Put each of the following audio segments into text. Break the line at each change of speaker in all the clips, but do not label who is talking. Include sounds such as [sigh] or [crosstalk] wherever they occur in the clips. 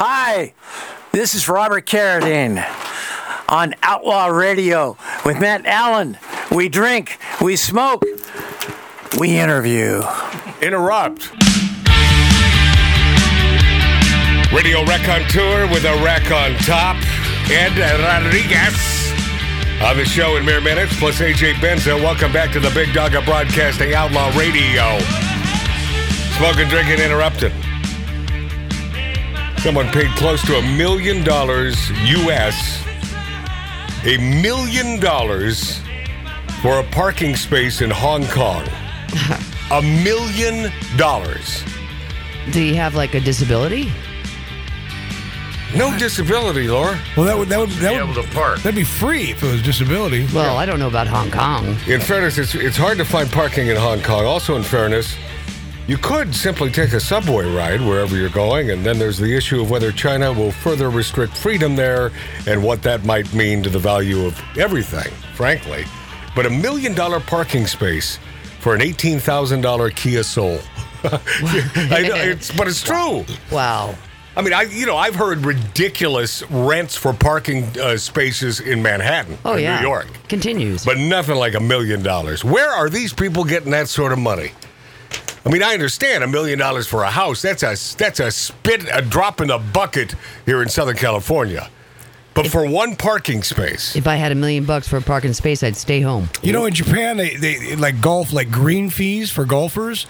Hi, this is Robert Carradine on Outlaw Radio with Matt Allen. We drink, we smoke, we interview.
Interrupt. Radio Raconteur with a rack on top. Ed Rodriguez on the show in mere minutes, plus AJ Benza. Welcome back to the Big Dog of Broadcasting Outlaw Radio. Smoking, drinking, interrupted. Someone paid close to a million dollars US, a million dollars for a parking space in Hong Kong. a million dollars.
Do you have like a disability?
No disability, Laura.
Well, that would that would that
be
would
able to park.
that'd be free if it was disability.
Well, I don't know about Hong Kong.
In fairness, it's, it's hard to find parking in Hong Kong. Also, in fairness, you could simply take a subway ride wherever you're going, and then there's the issue of whether China will further restrict freedom there and what that might mean to the value of everything, frankly. But a million dollar parking space for an $18,000 Kia Soul. [laughs] I know, it's, but it's true.
Wow.
I mean, I you know I've heard ridiculous rents for parking uh, spaces in Manhattan,
Oh
in
yeah.
New York.
continues.
But nothing like a million dollars. Where are these people getting that sort of money? I mean, I understand a million dollars for a house. That's a that's a spit a drop in the bucket here in Southern California. But for one parking space,
if I had a million bucks for a parking space, I'd stay home.
You know, in Japan, they, they like golf, like green fees for golfers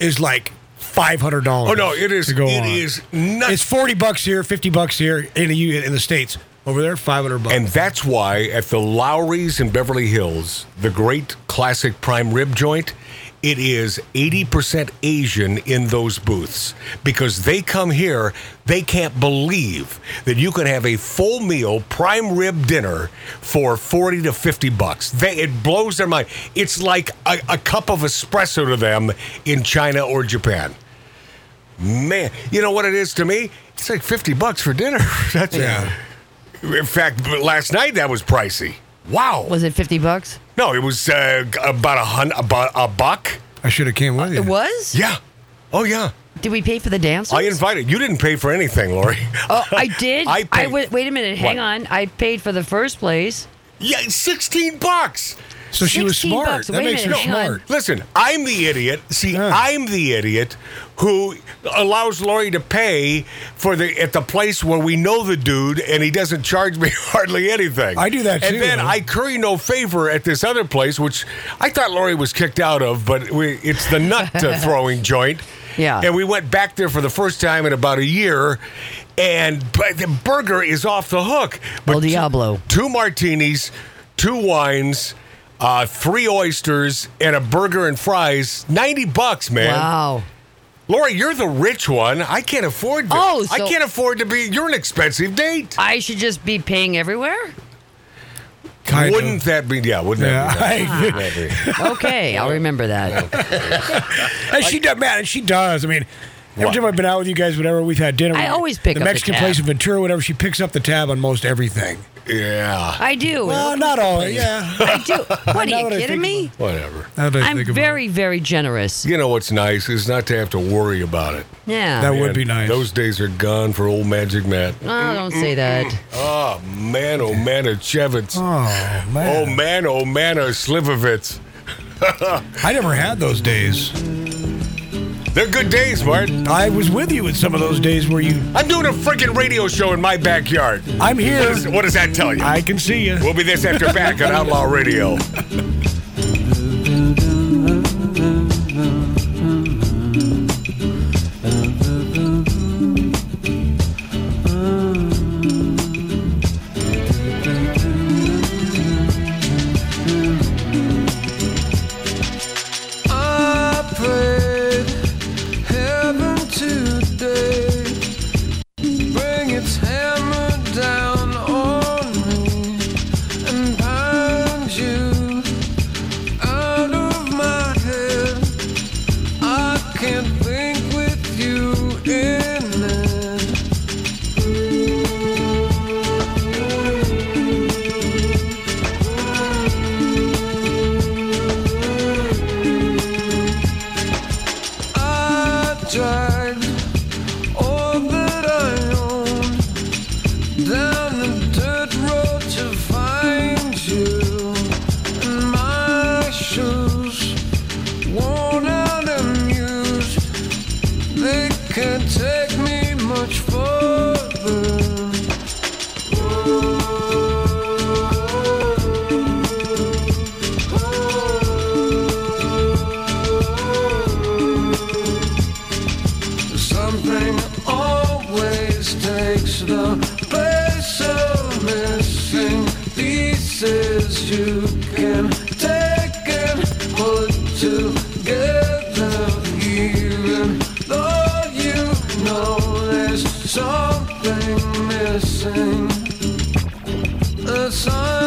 is like five hundred dollars.
oh no, it is
to
it
go on.
is nuts.
It's forty bucks here, fifty bucks here in the U- in the states. Over there, five hundred bucks.
And that's why at the Lowry's in Beverly Hills, the great classic prime rib joint, it is 80% Asian in those booths because they come here, they can't believe that you can have a full meal prime rib dinner for 40 to 50 bucks. They, it blows their mind. It's like a, a cup of espresso to them in China or Japan. Man, you know what it is to me? It's like 50 bucks for dinner. [laughs] That's
Yeah.
in fact, b- last night that was pricey. Wow.
Was it fifty bucks?
no, it was uh, g- about a hun, about a buck.
I should have came with you.
It was.
Yeah. Oh yeah.
Did we pay for the dancers?
I invited. You didn't pay for anything, Lori.
Oh, I
[laughs]
did.
I paid.
wa- wait a minute. Hang
What?
on. I paid for the first place.
[laughs] yeah, sixteen bucks.
So she was
16
smart.
bucks.
That
Wait a
makes
minute,
her
hang on.
smart.
Listen, I'm the idiot. See, I'm the idiot who allows Lori to pay for the at the place where we know the dude and he doesn't charge me [laughs] hardly anything.
I do that
and
too,
then
huh?
I curry no favor at this other place, which I thought Lori was kicked out of, but we, it's the nut uh,
[laughs]
throwing joint.
Yeah.
And we went back there for the first time in about a year, and but the burger is off the hook. But
El Diablo.
two martinis, two wines, uh, three oysters, and a burger and fries. Ninety bucks, man.
Wow.
Lori, you're the rich one. I can't afford. This.
Oh,
I
so-
can't afford to be. You're an expensive date.
I should just be paying
[laughs]
everywhere.
Kind of.
wouldn't that be? Yeah, wouldn't [laughs] that be?
Yeah, I-
Wouldn't that be?
Okay, I'll remember that.
[laughs] And she does, man. and She does. I mean, every
What?
time I've been out with you guys, whatever we've had dinner,
I
we-
always pick up
the
the
Mexican
tab.
place in Ventura, whatever. She picks up the tab on most everything.
yeah.
I do.
Well, not all. Yeah. [laughs]
I do. What
Now
are you
that I
kidding
think
me?
Whatever.
Now that I
I'm
think about
very, very generous.
You know what's nice is not to have to worry about it.
Yeah.
That would be nice.
Those days are gone for old Magic Matt.
oh, don't say that.
Oh man, oh man, a Chevitz.
it. Oh
Oh
man.
man, oh man, a Slivovitz.
I never had those days.
They're good days, Martin.
I was with you in some of those days where you.
I'm doing a freaking radio show in my backyard.
I'm here.
What, is, what does that tell you?
I can see you.
we'll be this after back on Outlaw Radio.
I prayed heaven today, bring its hammer down on me and pound you something missing. There's something